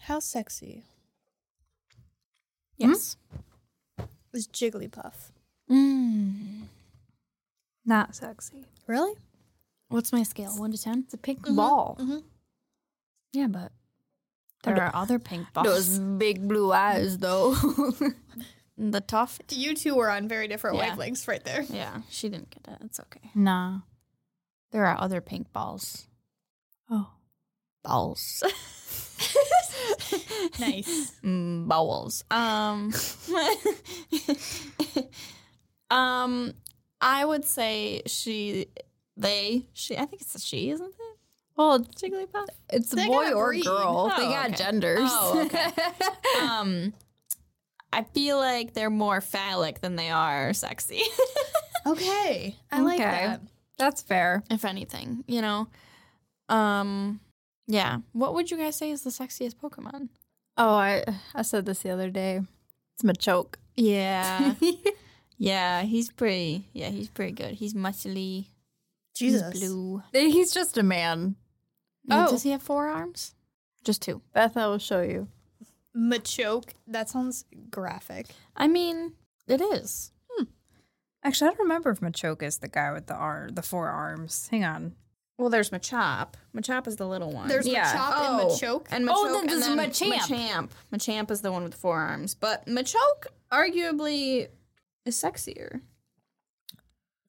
How sexy Yes. is Jigglypuff? Mm. Not sexy. Really? What's my scale? One to ten? Mm-hmm. It's a pink ball. Yeah, but there are other pink balls. big blue eyes, though. the tuft. You two were on very different Yeah. wavelengths right there. Yeah, she didn't get it. It's okay. Nah, there are other pink balls. oh, Balls. Nice. Mm, bowels. Um, um, I would say she, they, she. I think it's a she, isn't it? Well, Jigglypuff. it's They a boy got or breed. girl. they Oh, got okay. genders. Oh, okay. um, I feel like they're more phallic than they are sexy. Okay. I like Okay. that. That's fair. if anything, you know. Um, yeah. What would you guys say is the sexiest Pokemon? Oh, I I said this the other day. It's Machoke. Yeah, yeah. He's pretty. Yeah, he's pretty good. He's muscly. Jesus. He's blue. Eh, He's just a man. Oh. Oh. Does he have four arms? Just two. Beth, I will show you. Machoke. That sounds graphic. I mean, it is. Actually, I don't remember if Machoke is the guy with the ar- the four arms. Hang on. Well, there's Machop. Machop is the little one. There's Yeah. Machop Oh. and Machoke. and Machoke, Oh, then there's and then Machamp. Machamp. Machamp is the one with four arms, but Machoke arguably is sexier.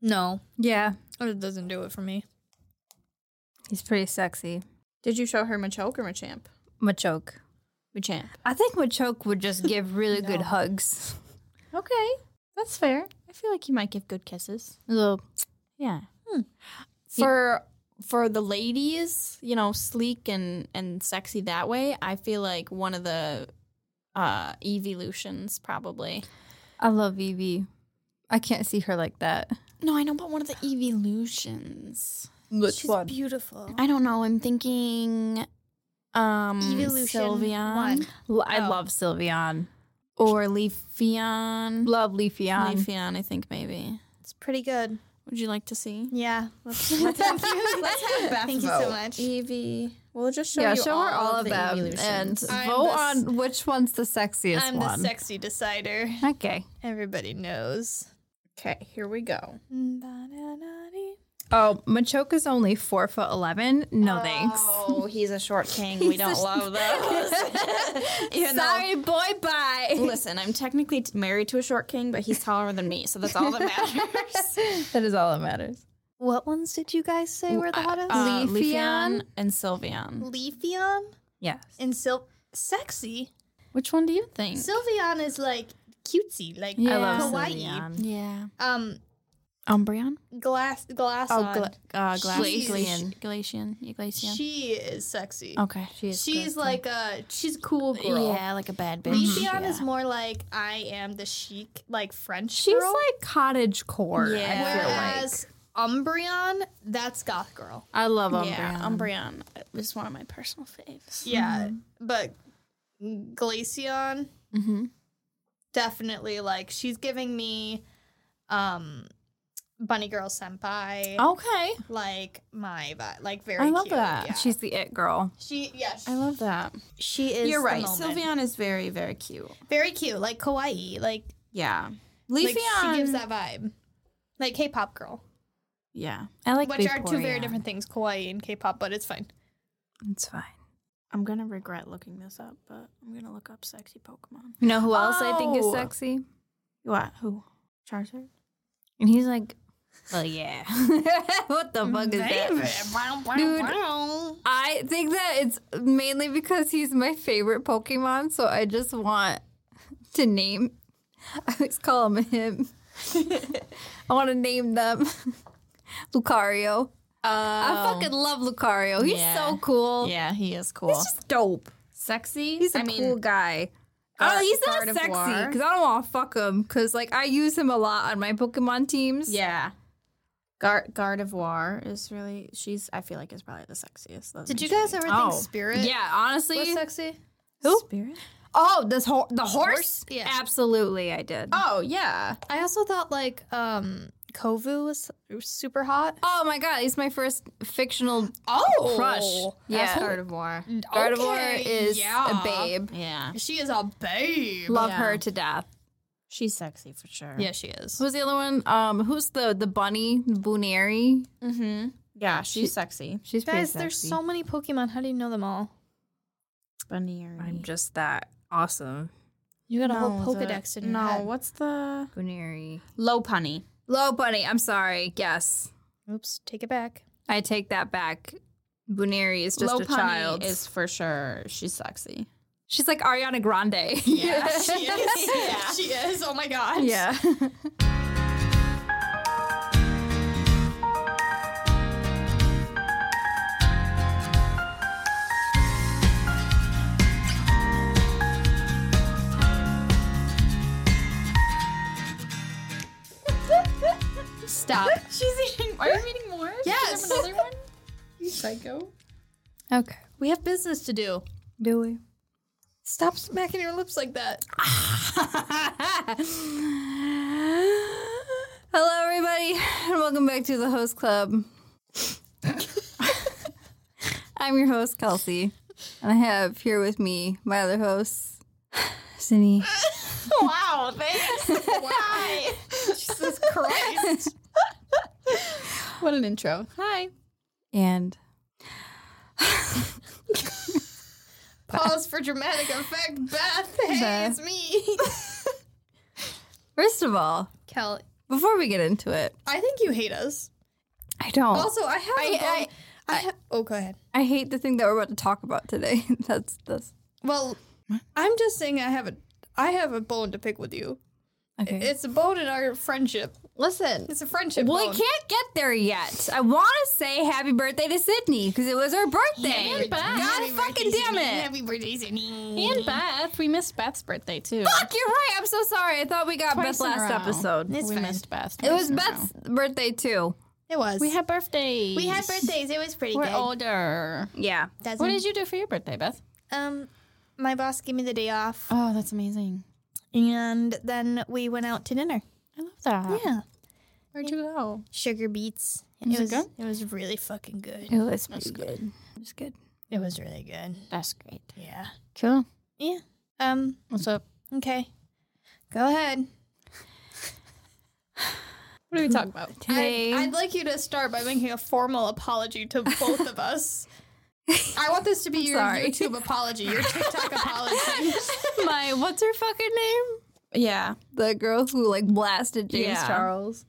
no. Yeah, It doesn't do it for me. he's pretty sexy. Did you show her Machoke or Machamp? Machoke. Machamp. I think Machoke would just give really good hugs. Okay, that's fair. I feel like you might give good kisses. Little Yeah. For for the ladies, you know, sleek and and sexy that way. I feel like one of the uh evolutions probably. I love Evie. I can't see her like that. No, I know, but one of the evolutions. Which She's beautiful. I don't know. I'm thinking, um, Evolution Sylveon one. I Oh. love Sylveon. or Leafeon. Love Leafeon. Leafeon, I think maybe. It's pretty good. Would you like to see? Yeah. Let's, let's, thank you. Thank you so much. Evie. We'll just show yeah, you show all her all of the them and evolutions. I'm vote the s- on which one's the sexiest I'm one. the sexy decider. okay. Everybody knows. okay, here we go. Oh, Machoke is only four foot eleven. No thanks. Oh, he's a short king. We don't love those. Even though- Sorry, boy, bye. Listen, I'm technically t- married to a short king, but he's taller than me, so that's all that matters. that is all that matters. What ones did you guys say were the hottest? Uh, Leafeon? and Sylveon. Leafeon Yes. and Syl sexy. Which one do you think? Sylveon is like cutesy, like Yeah. I love kawaii. Sylveon. yeah. Um, Umbreon? glass, glass. Oh, on. gla- uh, glass. She's- Glacian. Glacian. Yeah, Glacian. she is sexy. okay. She is she's good. like a she's a cool girl. Yeah, like a bad bitch. Leafeon yeah. is more like I am the chic, like French She's girl. like cottage core. Yeah. I feel like. whereas Umbreon, that's goth girl. I love Umbreon. Yeah, Umbreon is one of my personal faves. Yeah, but Glaceon, Mm-hmm. definitely like she's giving me, um, bunny girl senpai. Okay. like my vibe, like very. Oh. I love cute, that. yeah. She's the it girl. she yeah. She, I love that. she is. You're the right. moment. Sylveon is very, very cute. very cute, like kawaii, like Yeah. like she gives Leafeon- that vibe, like K-pop girl, Yeah. I like which are two very Vaporeon. different things, kawaii and K-pop, but it's fine. It's fine. I'm going to regret looking this up, but I'm going to look up sexy Pokemon. You know who else I think is Oh. sexy? What? Who? Charizard? And he's like, well, yeah. what the fuck is that? Dude. Dude. I think that it's mainly because he's my favorite Pokemon, so I just want to name. I always call him him. I want to name them Lucario. I fucking love Lucario. He's Oh. Yeah. so cool. Yeah, he is cool. He's just dope. sexy. He's a I mean, cool guy. Gar- oh, he's not Gardevoir. sexy because I don't want to fuck him. Because like I use him a lot on my Pokemon teams. Yeah. Gar- Gardevoir is really she's I feel like is probably the sexiest. Let Did me you guys show ever Oh. think Spirit? Yeah, honestly. was sexy. Who? Spirit? Oh, this ho- the horse? Horse? Yeah. Absolutely, I did. Oh yeah. I also thought like um Kovu was super hot. Oh my god, he's my first fictional Oh, crush. That's Yeah. Gardevoir. Gardevoir is a babe. Yeah. She is a babe. Love Yeah. her to death. She's sexy for sure. Yeah, she is. Who's the other one? Um, who's the the bunny Buneri? Mm-hmm. Yeah, she's sexy. She's pretty Guys, there's sexy. so many Pokemon. How do you know them all? Bunny I'm just that awesome You got a No, whole the- Pokedex in your No, head. what's the Buneri. low punny? Low bunny. I'm sorry. Yes, Oops, take it back. I take that back. Buneri is just low a punny child. is for sure. She's sexy. She's like Ariana Grande. yeah. she is. Oh my gosh. yeah. Stop. she's eating. Are you eating more? Yes. Another one. Psycho. Okay. We have business to do. Do we? Stop smacking your lips like that. Hello, everybody, and welcome back to the Host Club. I'm your host, Kelsey, and I have here with me my other hosts, Cindy. wow. Thanks. Why? Jesus Christ. what an intro. Hi. And Pause for dramatic effect. Beth, Beth. hey, it's me. first of all, Kel, before we get into it, I think you hate us. I don't. Also, Oh. I have. a I- bone- I- I ha- oh, go ahead. I hate the thing that we're about to talk about today. That's this. Well, I'm just saying I have a I have a bone to pick with you. Okay. It's a bone in our friendship. Listen. It's a friendship. Well, we bone. can't get there yet. I want to say happy birthday to Sydney because it was her birthday. Happy birthday. God fucking damn it. birthday, Sydney. And Beth. We missed Beth's birthday too. Fuck, you're right. I'm so sorry. I thought we got Twice in a Beth last row. episode. It's we fine. missed Beth. It was twice in a row. Beth's birthday too. It was. We had birthdays. we had birthdays. It was pretty We're good. older. Yeah. Doesn't- What did you do for your birthday, Beth? um, my boss gave me the day off, Oh, that's amazing. and then we went out to dinner. I love that. Yeah, Where'd you go? sugar beets. Was it good? It was really fucking good. It was pretty good. It was good. It was really good. That's great. Yeah. Cool. Yeah. Um. What's up? Okay. Go ahead. What are we talking about? Today, I'd, I'd like you to start by making a formal apology to both of us. I want this to be your sorry. YouTube apology, your TikTok apology. my what's her fucking name? Yeah. The girl who like blasted James Yeah. Charles.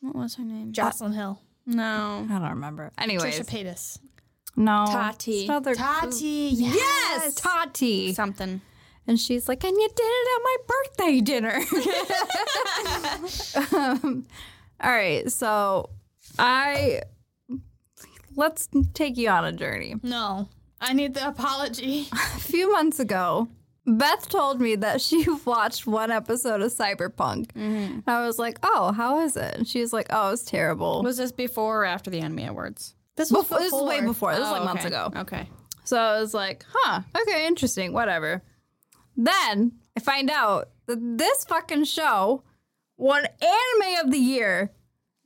What was her name? Jocelyn Hill, no. I don't remember. Anyways, Trisha Paytas, no. Tati. It's not their- Tati. Yes, Tati. Something. And she's like, and you did it at my birthday dinner. um, all right, so I let's take you on a journey. No, I need the apology. A few months ago, Beth told me that she watched one episode of Cyberpunk. And I was like, oh, how is it? And she was like, oh, it's terrible. Was this before or after the Enemy Awards? This Before, this is way before. This is Oh, like okay. months ago. Okay. So I was like, huh, okay, interesting, whatever. Then I find out that this fucking show won anime of the year.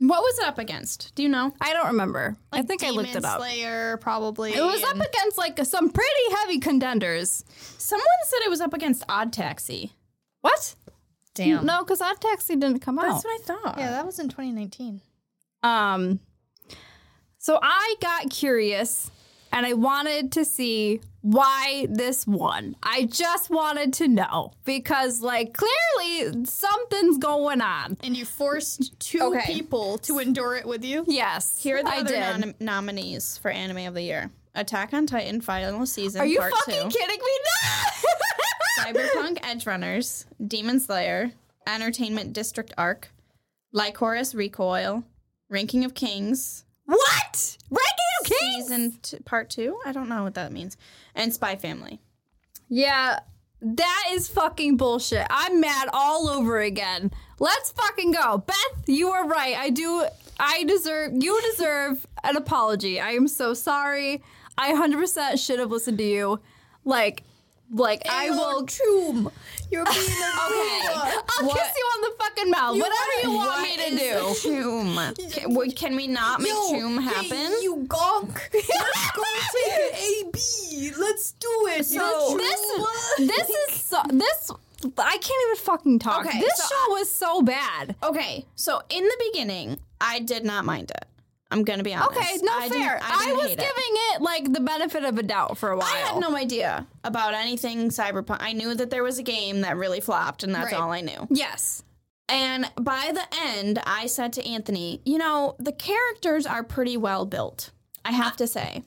What was it up against? Do you know? I don't remember. I think I looked Demon it up. Slayer, probably. it was up and- against like some pretty heavy contenders. Someone said it was up against Odd Taxi. What? Damn. No, because Odd Taxi didn't come out. That's what I thought. Yeah, that was in 2019. Um, so I got curious and I wanted to see why this won. I just wanted to know because, like, clearly something's going on. And you forced two Okay. people to endure it with you? Yes, Here are the I other did. nom- nominees for Anime of the Year: Attack on Titan Final Season Are you Part fucking Two, kidding me? No! Cyberpunk Edge Runners, Demon Slayer, Entertainment District Arc, Lycoris Recoil, Ranking of Kings, what? Ranking of Kings? Season t- Part Two. I don't know what that means, and Spy Family. Yeah, that is fucking bullshit. I'm mad all over again. Let's fucking go. Beth, you are right. I do. I deserve. You deserve an apology. I am so sorry. I 100% should have listened to you. Like, Like I will. tomb. You're being a Okay. I'll What- kiss you on the fucking mouth. Whatever you want What me to is do. a tomb? Can, would- can we not make tomb happen? You gonk. Let's go take an AB. Let's do it. So this is this is so, this I can't even fucking talk. Okay, this so show was so bad. okay, so in the beginning, I did not mind it. I'm gonna be honest. Okay, no I didn't- fair. I, I, didn't was hate giving it. it. like the benefit of a doubt for a while. I had no idea about anything cyberpunk. I knew that there was a game that really flopped, and that's Right. all I knew. Yes. And by the end, I said to Anthony, you know, the characters are pretty well built. I have to say.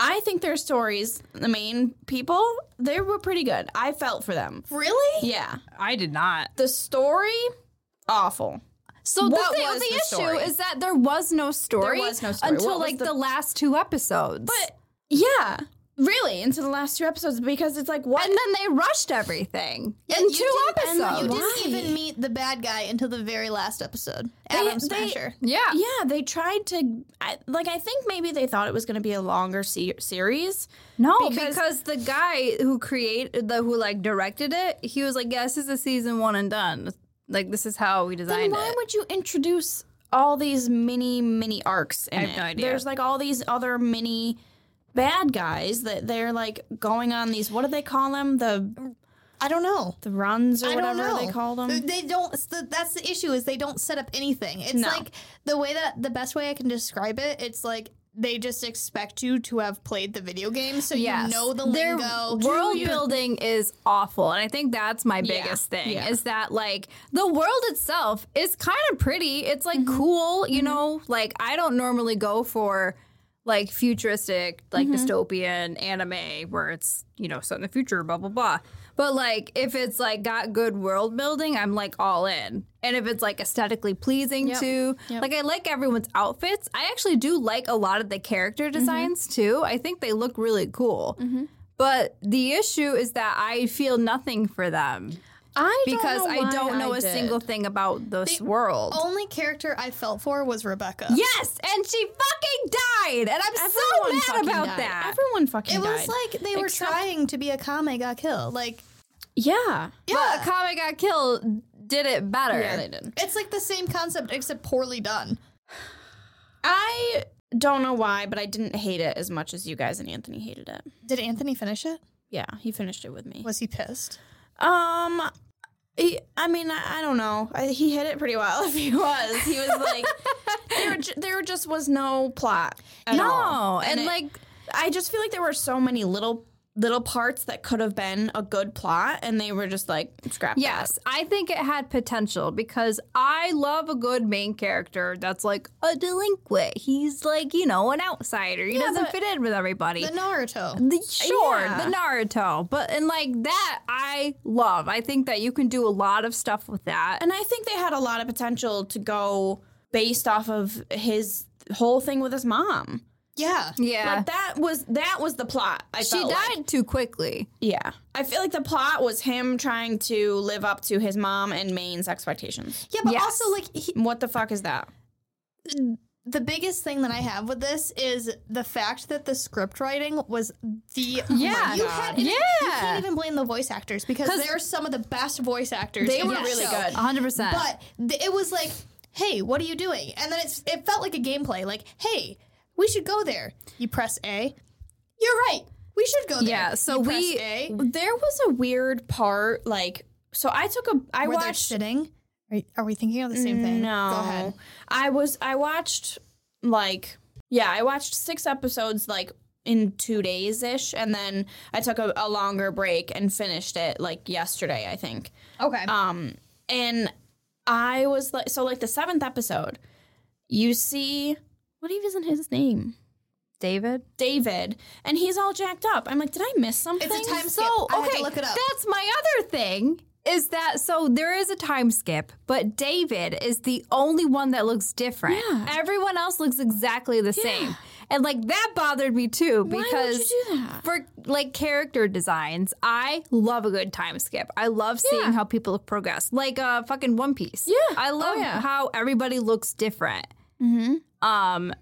I think their stories, the main people, they were pretty good. I felt for them. really? Yeah. I did not. The story, awful. So What the, thing- was the the issue story? is that there was no story. was no story. until What was like the, the- last two episodes. But yeah, really, into the last two episodes because it's like, what? and then they rushed everything Yeah, in you two didn't- and episodes. You didn't Why? even meet the bad guy until the very last episode. Adam they- Smasher. yeah. yeah, they tried to, I, like, I think maybe they thought it was going to be a longer se- series. No, because, Because- the guy who created the who like directed it, he was like, "Yeah, this is a season one and done. Like this is how we Then designed why it." would you introduce all these mini mini arcs in I have it? no idea. There's like all these other mini bad guys that they're like going on these. What do they call them? The I don't know. the runs or I don't whatever know. Uh, they call Uh, them. They don't. s- th- That's the issue. Is they don't set up anything. It's No. like the way that the best way I can describe it. It's like they just expect you to have played the video game, so Yes. you know the Their lingo. world You- building is awful, and I think that's my Yeah, biggest thing yeah. is that like the world itself is kind of pretty. It's like Mm-hmm. cool, you know. Like I don't normally go for like futuristic, like dystopian anime where it's you know set in the future, blah blah blah. But like if it's like got good world building, I'm like all in. And if it's like aesthetically pleasing too, like I like everyone's outfits. I actually do like a lot of the character designs too. I think they look really cool. But the issue is that I feel nothing for them I because I don't know a a single thing about this world. Only character I felt for was Rebecca. Yes, and she fucking died, and I'm so mad about that. Everyone fucking It was died. like they were Except- trying to be a Kame got killed. Like, yeah. yeah, But Kame got killed. Did it better? Yeah, they did. it's like the same concept except poorly done. I don't know why, but I didn't hate it as much as you guys and Anthony hated it. Did Anthony finish it? Yeah, he finished it with me. Was he pissed? Um, he, I mean, I, I don't know. I, he hit it pretty well. If he was, he was like, there, ju- there just was no plot. at No, all. and, it- like I just feel like there were so many little little parts that could have been a good plot, and they were just like scrap. that. Yes, I think it had potential because I love a good main character that's like a delinquent. He's like, you know, an outsider. He doesn't but- fit in with everybody. The Naruto. The, sure, Yeah. the Naruto. But and like that I love. I think that you can do a lot of stuff with that. and I think they had a lot of potential to go based off of his whole thing with his mom. Yeah. yeah. Like that was that was the plot. I she felt like. died too quickly. Yeah. I feel like the plot was him trying to live up to his mom and Maine's expectations. Yeah, but Yes. also like he, What the fuck is that? the biggest thing that I have with this is the fact that the script writing was the Yeah. you had Oh Yeah. you can't even blame the voice actors because 'Cause- they're some of the best voice actors. They in were that really show. good. 100%. but th- it was like, hey, what are you doing? And then it's it felt like a gameplay. Like, hey, we should go there. You press A. You're right. We should go there. Yeah, so You press we- A. There was a weird part, like, so I took a, I Where they're watched. sitting. Are, are we thinking of the same thing? No. Go ahead. I was, I watched, like, yeah, I watched six episodes, like, in two days ish. And then I took a, a longer break and finished it, like, yesterday, I think. Okay. Um, and I was like, so like the seventh episode, you see, what even is his name? David? David, and he's all jacked up. I'm like, did I miss something? it's a time skip. So, I had okay, to look it up. that's my other thing is that so there is a time skip, but David is the only one that looks different. Yeah. Everyone else looks exactly the same. And like that bothered me too Why because would you do that? for like character designs, I love a good time skip. I love seeing Yeah. how people progress, like uh, fucking One Piece. Yeah. I love Oh, yeah. how everybody looks different. Um,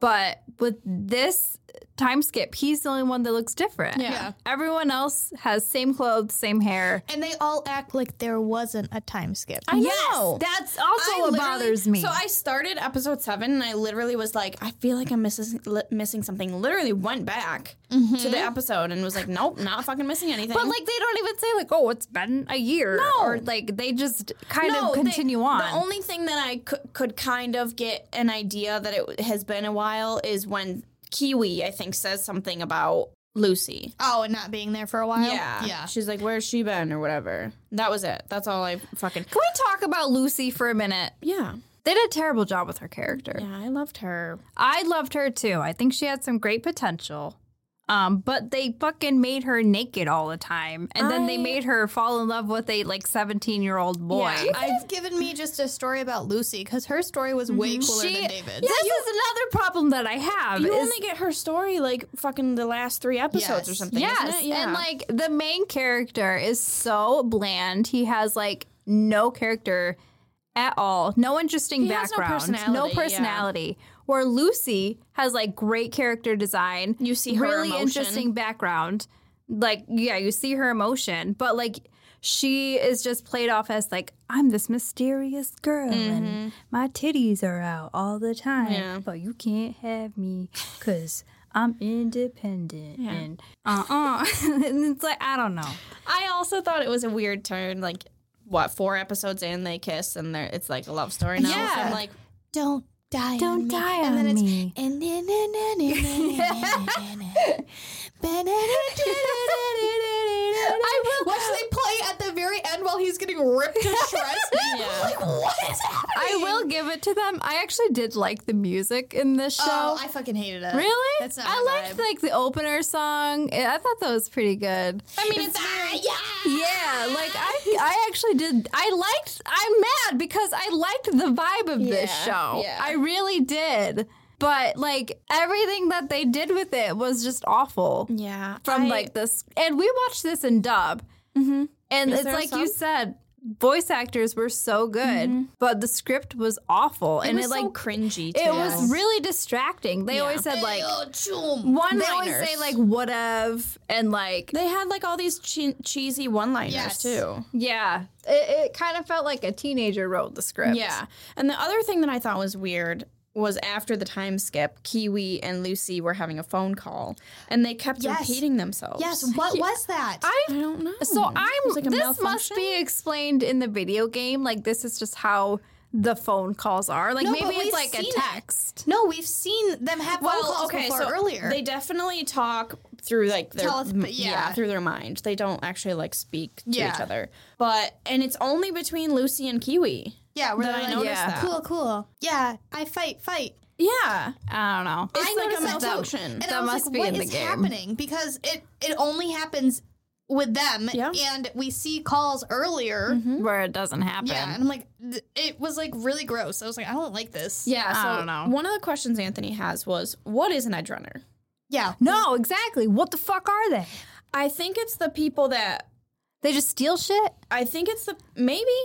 But with this time skip, he's the only one that looks different. Yeah. Yeah. Everyone else has same clothes, same hair. And they all act like there wasn't a time skip. I know. That's also I what literally- bothers me. So I started episode seven, and I literally was like, I feel like I'm missing li- missing something. Literally went back to the episode and was like, Nope, not fucking missing anything. but like they don't even say like, oh, it's been a year, No. or like they just kind No, of they- continue on. The only thing that I could, could kind of get an idea that it has been a while is when Kiwi, I think, says something about Lucy. Oh, and not being there for a while? Yeah. Yeah. She's like, Where's she been? or whatever. That was it. That's all I fucking. Can we talk about Lucy for a minute? Yeah. They did a terrible job with her character. Yeah, I loved her. I loved her too. I think she had some great potential. Um, but they fucking made her naked all the time, and then they I- made her fall in love with a like seventeen year old boy. Yeah, You could have given me just a story about Lucy because her story was way cooler Mm-hmm. She- than David's. this is another problem that I have. You is- only get her story like fucking the last three episodes or Yes. something. yes, isn't it? and like the main character is so bland. He has like no character at all, no interesting He has no background, personality, yeah. personality. Where Lucy has like great character design. You see her really emotion. interesting background. Like yeah, you see her emotion, but like she is just played off as like I'm this mysterious girl and my titties are out all the time, Yeah. but you can't have me because I'm independent and uh uh and it's like I don't know. I also thought it was a weird turn. Like, what four episodes in they kiss and they're it's like a love story now. Yeah. So I'm like, Don't die Don't on me. die and then on it's, me. And then, then, then, then, then, then, then, then, then. I Which they play at the very end while he's getting ripped to shreds. Yeah. Like, what is happening? I will give it to them. I actually did like the music in this show. Oh, I fucking hated it. really? That's not I my liked vibe. like the opener song. I thought that was pretty good. I mean, it's Ah, yeah. Yeah, like I, I actually did. I liked. I'm mad because I liked the vibe of this Yeah, show. yeah. I really did. But like everything that they did with it was just awful. yeah From I- like this, and we watched this in dub, and Is it's there a like you said, voice actors were so good, but the script was awful, it and was Mm-hmm. it like so cringy. Too. it was really distracting. They always said like Ew, choom. one. They always One-liners. say like what of and like They had like all these che- cheesy one-liners Yes. too. Yeah, it, it kind of felt like a teenager wrote the script. Yeah, and the other thing that I thought was weird was after the time skip, Kiwi and Lucy were having a phone call, and they kept Yes. repeating themselves. Yes, what was that? I I don't know. so It I'm was, like, a this must malfunction? be explained in the video game. Like this is just how the phone calls are. Like No, maybe but it's we've like a seen it. text. no, we've seen them have phone calls before earlier. They definitely talk through like their Teleth- m- yeah. through their mind. They don't actually like speak to Yeah. each other. But and it's only between Lucy and Kiwi. yeah, we're that I like, noticed yeah. that. cool, cool. Yeah, I fight, fight. Yeah. I don't know. It's like a noticed that too. malfunction. And That I was must like, be what in the is game. happening? Because it it only happens with them, Yeah. and we see calls earlier. Where it doesn't happen. Yeah, and I'm like, th- it was like really gross. I was like, I don't like this. Yeah, so I don't know. one of the questions Anthony has was, "What is an edge runner?" yeah. No, exactly. What the fuck are they? I think it's the people that They just steal shit. I think it's the maybe,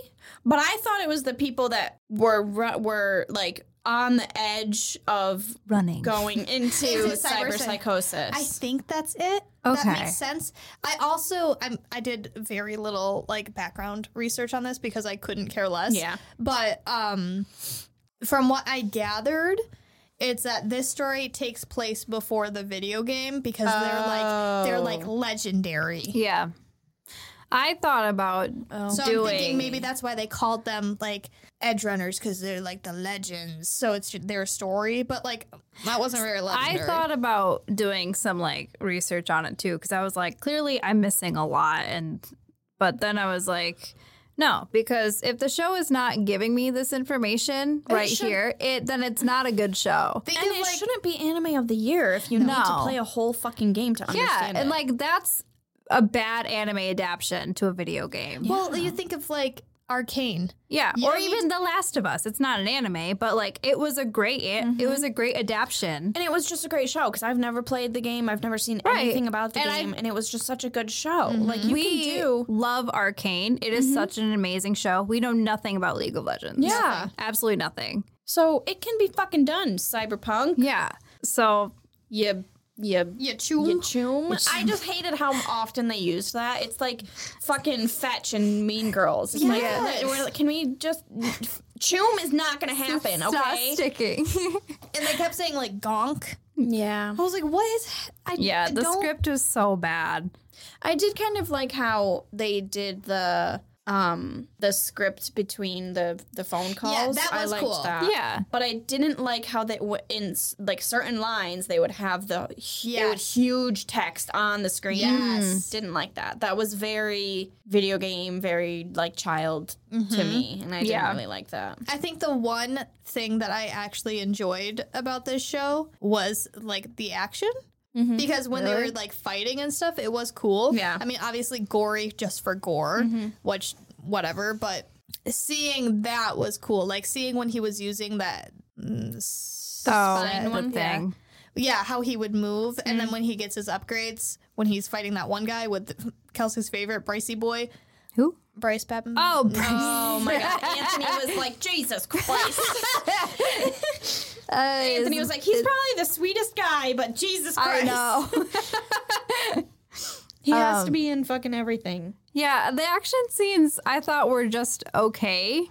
but I thought it was the people that were ru- were like on the edge of Running. going into Into cyber- cyber psychosis. I think that's it. Okay. That makes sense. I also I'm, I did very little like background research on this because I couldn't care less. Yeah. But um from what I gathered, it's that this story takes place before the video game because they're like they're like Oh. legendary. Yeah. I thought about So doing. I'm thinking maybe that's why they called them like edge runners because they're like the legends. So it's their story, but like that wasn't very I legendary. thought about doing some like research on it too because I was like, clearly I'm missing a lot, and but then I was like, no, because if the show is not giving me this information right should- here, it then it's not a good show. Think and of it like shouldn't be anime of the year if you need No. to play a whole fucking game to Yeah, understand and it. like that's a bad anime adaptation to a video game. Yeah, well, you think of like Arcane. You or don't need even The Last of Us. It's not an anime, but like it was a great an- it was a great adaption. and it was just a great show because I've never played the game, I've never seen Right. anything about the And I- game, and it was just such a good show. Like you we can do love Arcane. It is such an amazing show. We know nothing about League of Legends. Yeah. Nothing. absolutely nothing. so it can be fucking done. Cyberpunk, Yeah, So Yep. Yep. You chew 'em? Yachum. I just hated how often they used that. It's like fucking fetch and mean girls. It's like, Yes. that- we're like, can we just. Choom is not going to happen, stop okay? sticking. And they kept saying like gonk. Yeah. I was like, what is? I, yeah, I the don't- script was so bad. I did kind of like how they did the um the script between the the phone calls. that I was liked cool. that. Yeah. But I didn't like how they w- in s- like certain lines they would have the hu- they would Yes. huge text on the screen. Yes. Didn't like that. That was very video game, very like child to Mm-hmm. me, and I didn't Yeah. really like that. I think the one thing that I actually enjoyed about this show was like the action. Mm-hmm. Because when they were like fighting and stuff, it was cool. Yeah. I mean, obviously gory just for gore, Mm-hmm. which whatever, but seeing that was cool. Like seeing when he was using that mm, s- So spine the one. yeah. thing. Yeah, how he would move and Mm-hmm. then when he gets his upgrades, when he's fighting that one guy with Kelsey's favorite Bricey boy, Who? Bryce Babin. Oh, Oh my god! Anthony was like, Jesus Christ! Anthony Anthony was like, he's probably the sweetest guy, but Jesus I Christ! know. He has to be in fucking everything. yeah, the action scenes I thought were just okay.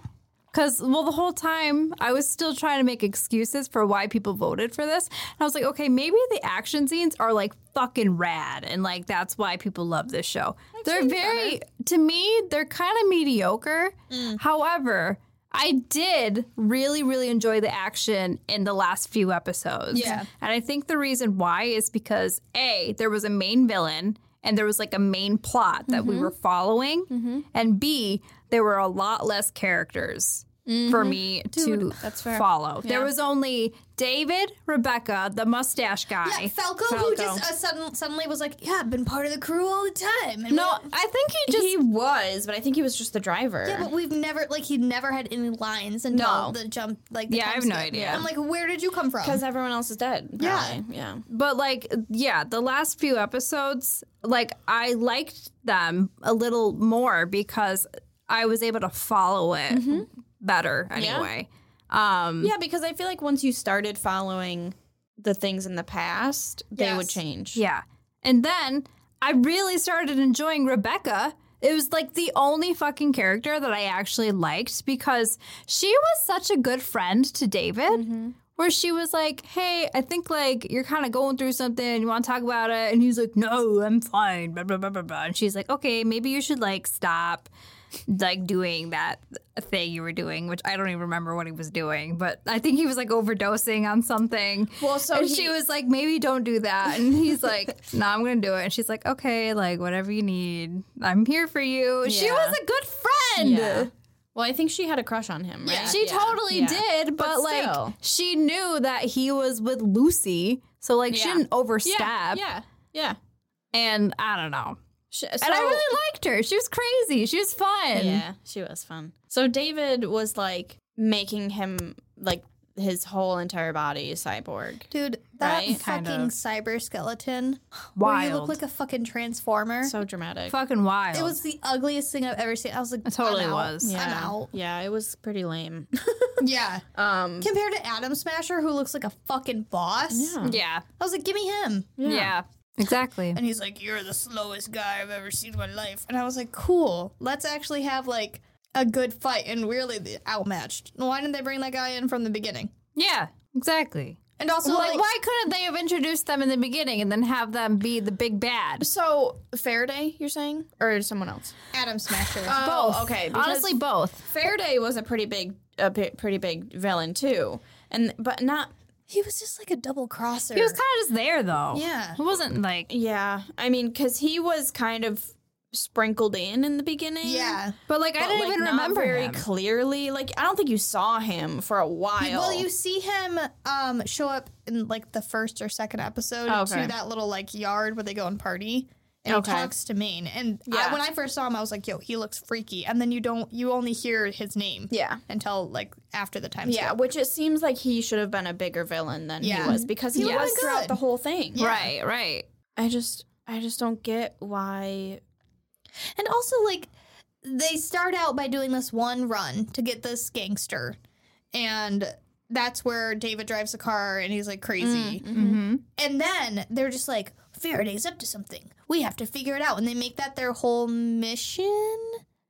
Cause well, the whole time I was still trying to make excuses for why people voted for this, and I was like, okay, maybe the action scenes are like fucking rad, and like that's why people love this show. they're very, to me, they're kind of mediocre. However, I did really, really enjoy the action in the last few episodes. Yeah. And I think the reason why is because A, there was a main villain and there was like a main plot that Mm-hmm. we were following. And B, there were a lot less characters for Mm-hmm. me to follow. There was only David, Rebecca, the mustache guy. Yeah, Falco, Falco. who just uh, sudden, suddenly was like, "Yeah, I've been part of the crew all the time." And no, I think he just Oh, he was, but I think he was just the driver. we- yeah, but we've never like he never had any lines until No. the jump. Like, the Yeah, I time have no skip. idea. I'm like, where did you come from? because everyone else is dead. Yeah. probably. yeah. but like yeah the last few episodes like i liked them a little more because i was able to follow it Mm-hmm. better anyway um Yeah, because I feel like once you started following the things in the past, they would Yes. change. yeah and then i really started enjoying rebecca it was like the only fucking character that i actually liked because she was such a good friend to david Mm-hmm. Where she was like, "Hey, I think like you're kind of going through something. You want to talk about it?" And he's like, "No, I'm fine." Blah blah blah blah blah. And she's like, "Okay, maybe you should like stop, like doing that thing you were doing, which I don't even remember what he was doing, but I think he was like overdosing on something." Well, so and he- she was like, "Maybe don't do that." And he's like, "No, I'm gonna do it." And she's like, "Okay, like whatever you need, I'm here for you." She Yeah. was a good friend. Yeah. uh, Well, I think she had a crush on him, right? She totally Yeah. did, But but, like still. she knew that he was with Lucy, so like she Yeah. didn't Yeah. overstep. Yeah. Yeah. And I don't know. Sh- And I so- really liked her. She was crazy. She was fun. Yeah, she was fun. So David was like making him like his whole entire body cyborg. Dude, that Right? fucking Kind of. cyber skeleton. Where you Wild. look like a fucking transformer. So dramatic. Fucking wild. it was the ugliest thing I've ever seen. I was like, It totally I'm out. was. I'm Yeah. out. Yeah, it was pretty lame. Yeah. Um Compared to Adam Smasher, who looks like a fucking boss. yeah. yeah. I was like, give me him. Yeah. Exactly. And he's like, You're the slowest guy I've ever seen in my life. And I was like, Cool, let's actually have like a good fight. And really, they outmatched. Why didn't they bring that guy in from the beginning? Yeah. Exactly. And also, like, like, why couldn't they have introduced them in the beginning and then have them be the big bad? So Faraday, you're saying? Or someone else? Adam Smasher. Oh, okay. because Honestly, both. Faraday was a pretty big, a bi- pretty big villain too, and but not. he was just like a double crosser. He was kind of just there though. Yeah. It wasn't like Yeah, I mean, because he was kind of sprinkled in in the beginning. Yeah. But like I but, didn't like, even not remember very him. clearly. Like I don't think you saw him for a while. Well, you see him um, show up in like the first or second episode Okay. to that little like yard where they go and party. And Okay. he talks to Maine. And I- Yeah. when I first saw him, I was like, yo, he looks freaky. And then you don't, you only hear his name yeah. until like after the time Yeah, skip. which it seems like he should have been a bigger villain than Yeah. he was because he Yeah. was Good. throughout the whole thing. Yeah. Right, right. I just, I just don't get why. And also, like, they start out by doing this one run to get this gangster. And that's where David drives the car and he's like crazy. Mm-hmm. Mm-hmm. And then they're just like, Faraday's up to something. We have to figure it out. And they make that their whole mission.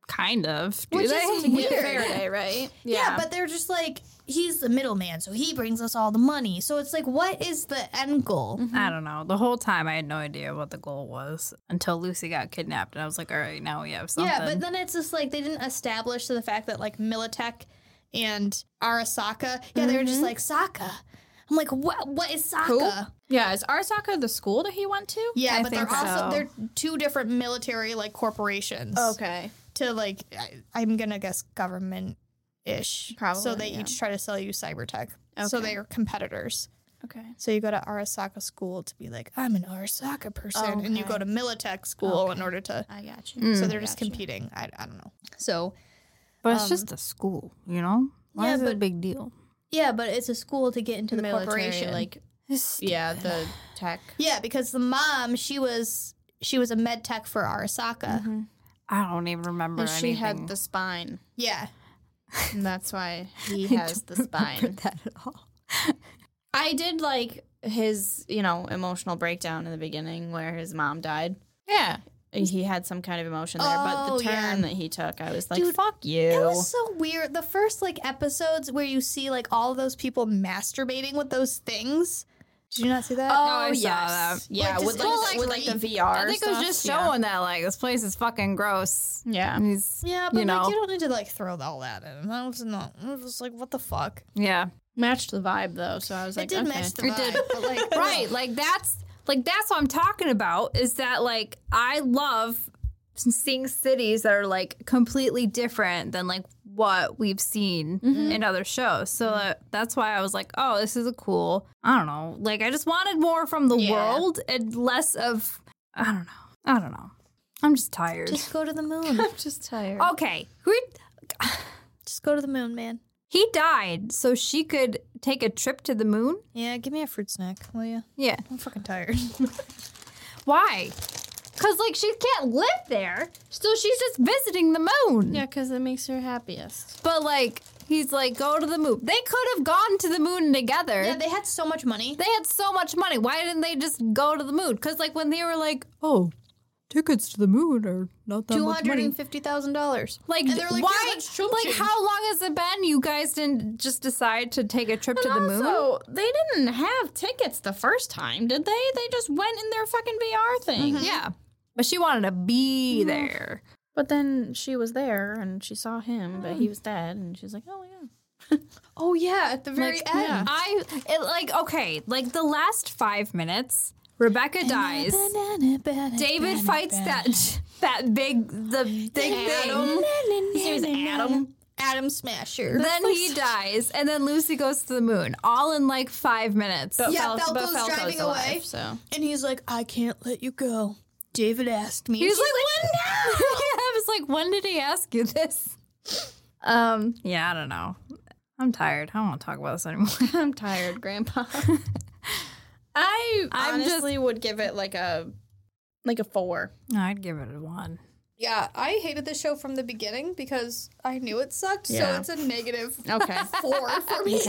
Kind of. Do Which they? is With weird. Faraday, right? Yeah. but they're just like, he's the middleman, so he brings us all the money. So it's like, what is the end goal? Mhm. I don't know. The whole time I had no idea what the goal was until Lucy got kidnapped, and I was like, all right, now we have something. Yeah, but then it's just like they didn't establish the fact that like Militech and Arasaka, yeah, they were Mm-hmm. just like Saka. I'm like, what? What is Saka? yeah. Is Arasaka the school that he went to? Yeah, I but they're think so. also they're two different military like corporations. Oh, Okay. to like I, I'm gonna guess government ish. So Probably, they yeah. each try to sell you cyber tech. So Okay. they are competitors. Okay. So you go to Arasaka school to be like, I'm an Arasaka person, and you Okay. go Mm, to Militech school in order to. I got you. So I they're just got you. competing. I, I don't know. So But um, it's just a school, you know? Why Yeah, is it a but- big deal? yeah, but it's a school to get into the Military, corporation. Like like yeah, the tech. yeah, because the mom she was she was a med tech for Arasaka. I don't even remember And she anything. had the spine, Yeah, and that's why he has the spine. that at all. I did like his, you know, emotional breakdown in the beginning where his mom died. Yeah. He had some kind of emotion there, but Oh, the turn yeah. that he took, I was like, Dude, "Fuck you!" It was so weird. The first like episodes where you see like all those people masturbating with those things. Did you not see that? Oh, I saw that. Yeah, Like, just with, like, full, the- like, with like the creep. VR. I think it was stuff, just yeah. showing that, like, this place is fucking gross. Yeah. And he's- Yeah, but You like know. you don't need to like throw all that in. That was not. It was like what the fuck. yeah. matched the vibe though, so I was like, it did okay. match the It vibe, did. but like right like that's like that's what i'm talking about is that like i love seeing cities that are like completely different than like what we've seen Mm-hmm. in other shows so uh, that's why i was like oh this is a cool i don't know like i just wanted more from the Yeah. world and less of i don't know i don't know i'm just tired just go to the moon. I'm just tired. okay we, just go to the moon, man. he died so she could take a trip to the moon Yeah, give me a fruit snack, will you? yeah I'm fucking tired. Why? Because, like, she can't live there, so she's just visiting the moon. Yeah, because it makes her happiest. But, like, he's like, go to the moon. They could have gone to the moon together. yeah, they had so much money. they had so much money. Why didn't they just go to the moon? Because, like, when they were like, oh, tickets to the moon are not that Two much hundred money. and fifty thousand dollars. Like, and they're like, why? "Here's a chump like, change." how long has it been? You guys didn't just decide to take a trip to the moon? Also, they didn't have tickets the first time, did they? They just went in their fucking VR thing. mm-hmm. yeah. But she wanted to be there. But then she was there and she saw him, but he was dead, and she was like, "Oh yeah." Oh yeah, at the very Like, end. yeah. I, it, like, okay, like, the last five minutes, Rebecca dies. David fights that that big the big thing. His name's Adam. Adam Smasher. Then he dies, and then Lucy goes to the moon, all in like five minutes. Yeah, Falco- but Falco's driving alive, away. So And he's like, I can't let you go. David asked me. He was She's like, "When?" yeah, I was like, "When did he ask you this?" Um. Yeah, I don't know. I'm tired. I don't want to talk about this anymore. I'm tired, Grandpa. I I'm just- honestly would give it like a like a four. I'd give it a one. yeah, I hated the show from the beginning because I knew it sucked. Yeah. So it's a negative Okay. four for me.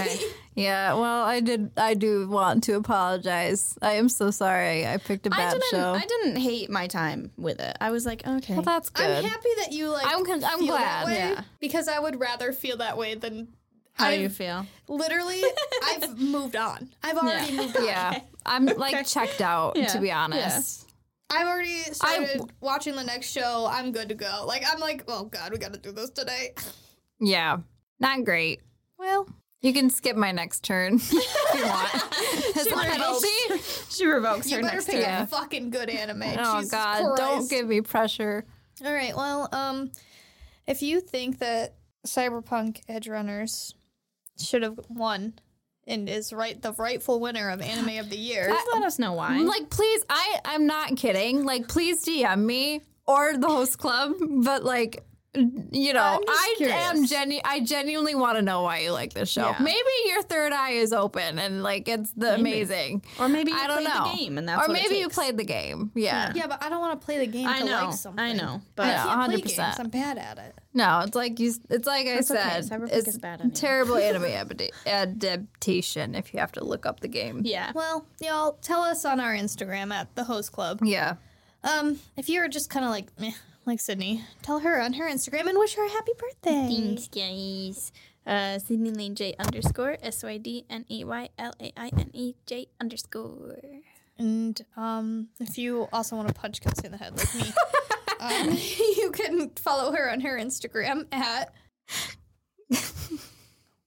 Yeah. Well, I did. I do want to apologize. I am so sorry. I picked a I bad didn't. show. I didn't hate my time with it. I was like, okay, well, that's I'm good. happy that you like. I'm con- I'm feel That glad. way Yeah. Because I would rather feel that way than. how I do you feel? literally? I've moved on. I've already moved on. yeah. I'm like checked out Yeah. to be honest. I've already started watching the next show. I'm good to go. Like I'm like, oh god, we got to do this today. Yeah. Not great. Well, You can skip my next turn if you want. As a penalty. She revokes you better pick turn. a fucking good anime. Oh Jesus god, don't Christ. give me pressure. All right. Well, um, if you think that Cyberpunk Edge Runners should have won and is right the rightful winner of Anime of the Year, Just let us know why. Like please, I I'm not kidding. Like please DM me or the host club, but like you know, I'm just I curious. am genu- I genuinely want to know why you like this show. Yeah. Maybe your third eye is open and like it's the Maybe. amazing. Or maybe you I don't played know. the game and that's or what it maybe you takes. played the game. Yeah. Yeah, but I don't want to play the game I to know. like something. I know. I But Yeah, can't play 100%. games. I'm bad at it. No, it's like you. s- It's like I That's okay. said. Cyberpunk It's is bad anyway. terrible anime adapta- adaptation. If you have to look up the game. yeah. Well, y'all tell us on our Instagram at the Host Club. Yeah. Um, if you're just kind of like meh, like Sydney, tell her on her Instagram and wish her a happy birthday. Thanks, guys. Uh, Sydney Lane J underscore S Y D N E Y L A I N E J underscore. And um, if you also want to punch Kelsey in the head like me, um, you can follow her on her Instagram at.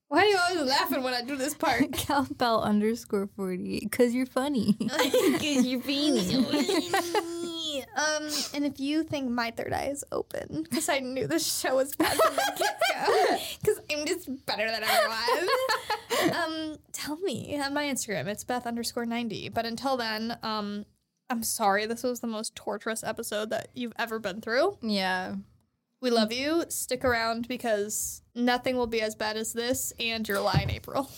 Why are you always laughing when I do this part? Cowbell underscore forty eight. Cause you're funny. Because you're being um, and if you think my third eye is open, because I knew this show was bad from the get go, because I'm just better than everyone. um, tell me on my Instagram, it's Beth underscore ninety. But until then, um, I'm sorry this was the most torturous episode that you've ever been through. yeah. We love you. Stick around because nothing will be as bad as this and your lie in April.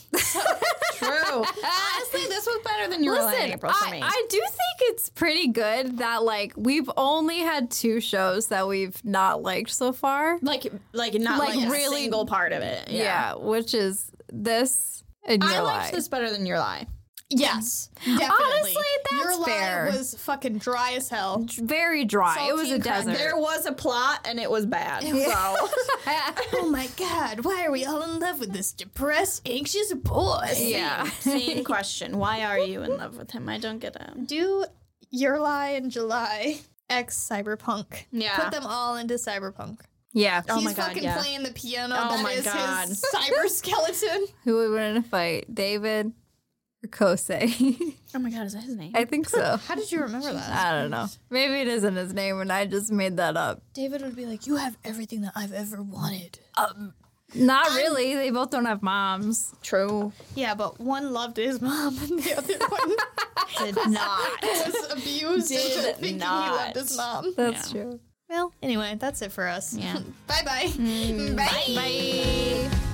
True. Honestly, this was better than your Listen, I, I do think it's pretty good that like we've only had two shows that we've not liked so far. like, like not Like, like, really- really, single part of it. Yeah, Yeah. which is this and I your liked life. this better than your lie. Yes, definitely. Honestly, that's your fair. lie was fucking dry as hell. Very dry. it was a Saltine crack. desert. There was a plot and it was bad. So oh my god, why are we all in love with this depressed, anxious boy? Yeah. same question. Why are you in love with him? I don't get it. Do your lie in July ex cyberpunk. Yeah. Put them all into cyberpunk. Yeah. Oh He's my God, fucking yeah. playing the piano. Oh That my is God. his cyber skeleton. Who would win in a fight, David or Kosei? Oh my god, is that his name? I think so. How did you remember that? I don't know. Maybe it isn't his name, and I just made that up. David would be like, "You have everything that I've ever wanted." Um, Not really. They both don't have moms. True. Yeah, but one loved his mom, and the other one Did not. was abused Did into thinking he not. loved his mom. That's Yeah. true. Well, anyway, that's it for us. Yeah. Bye-bye. Bye. Bye.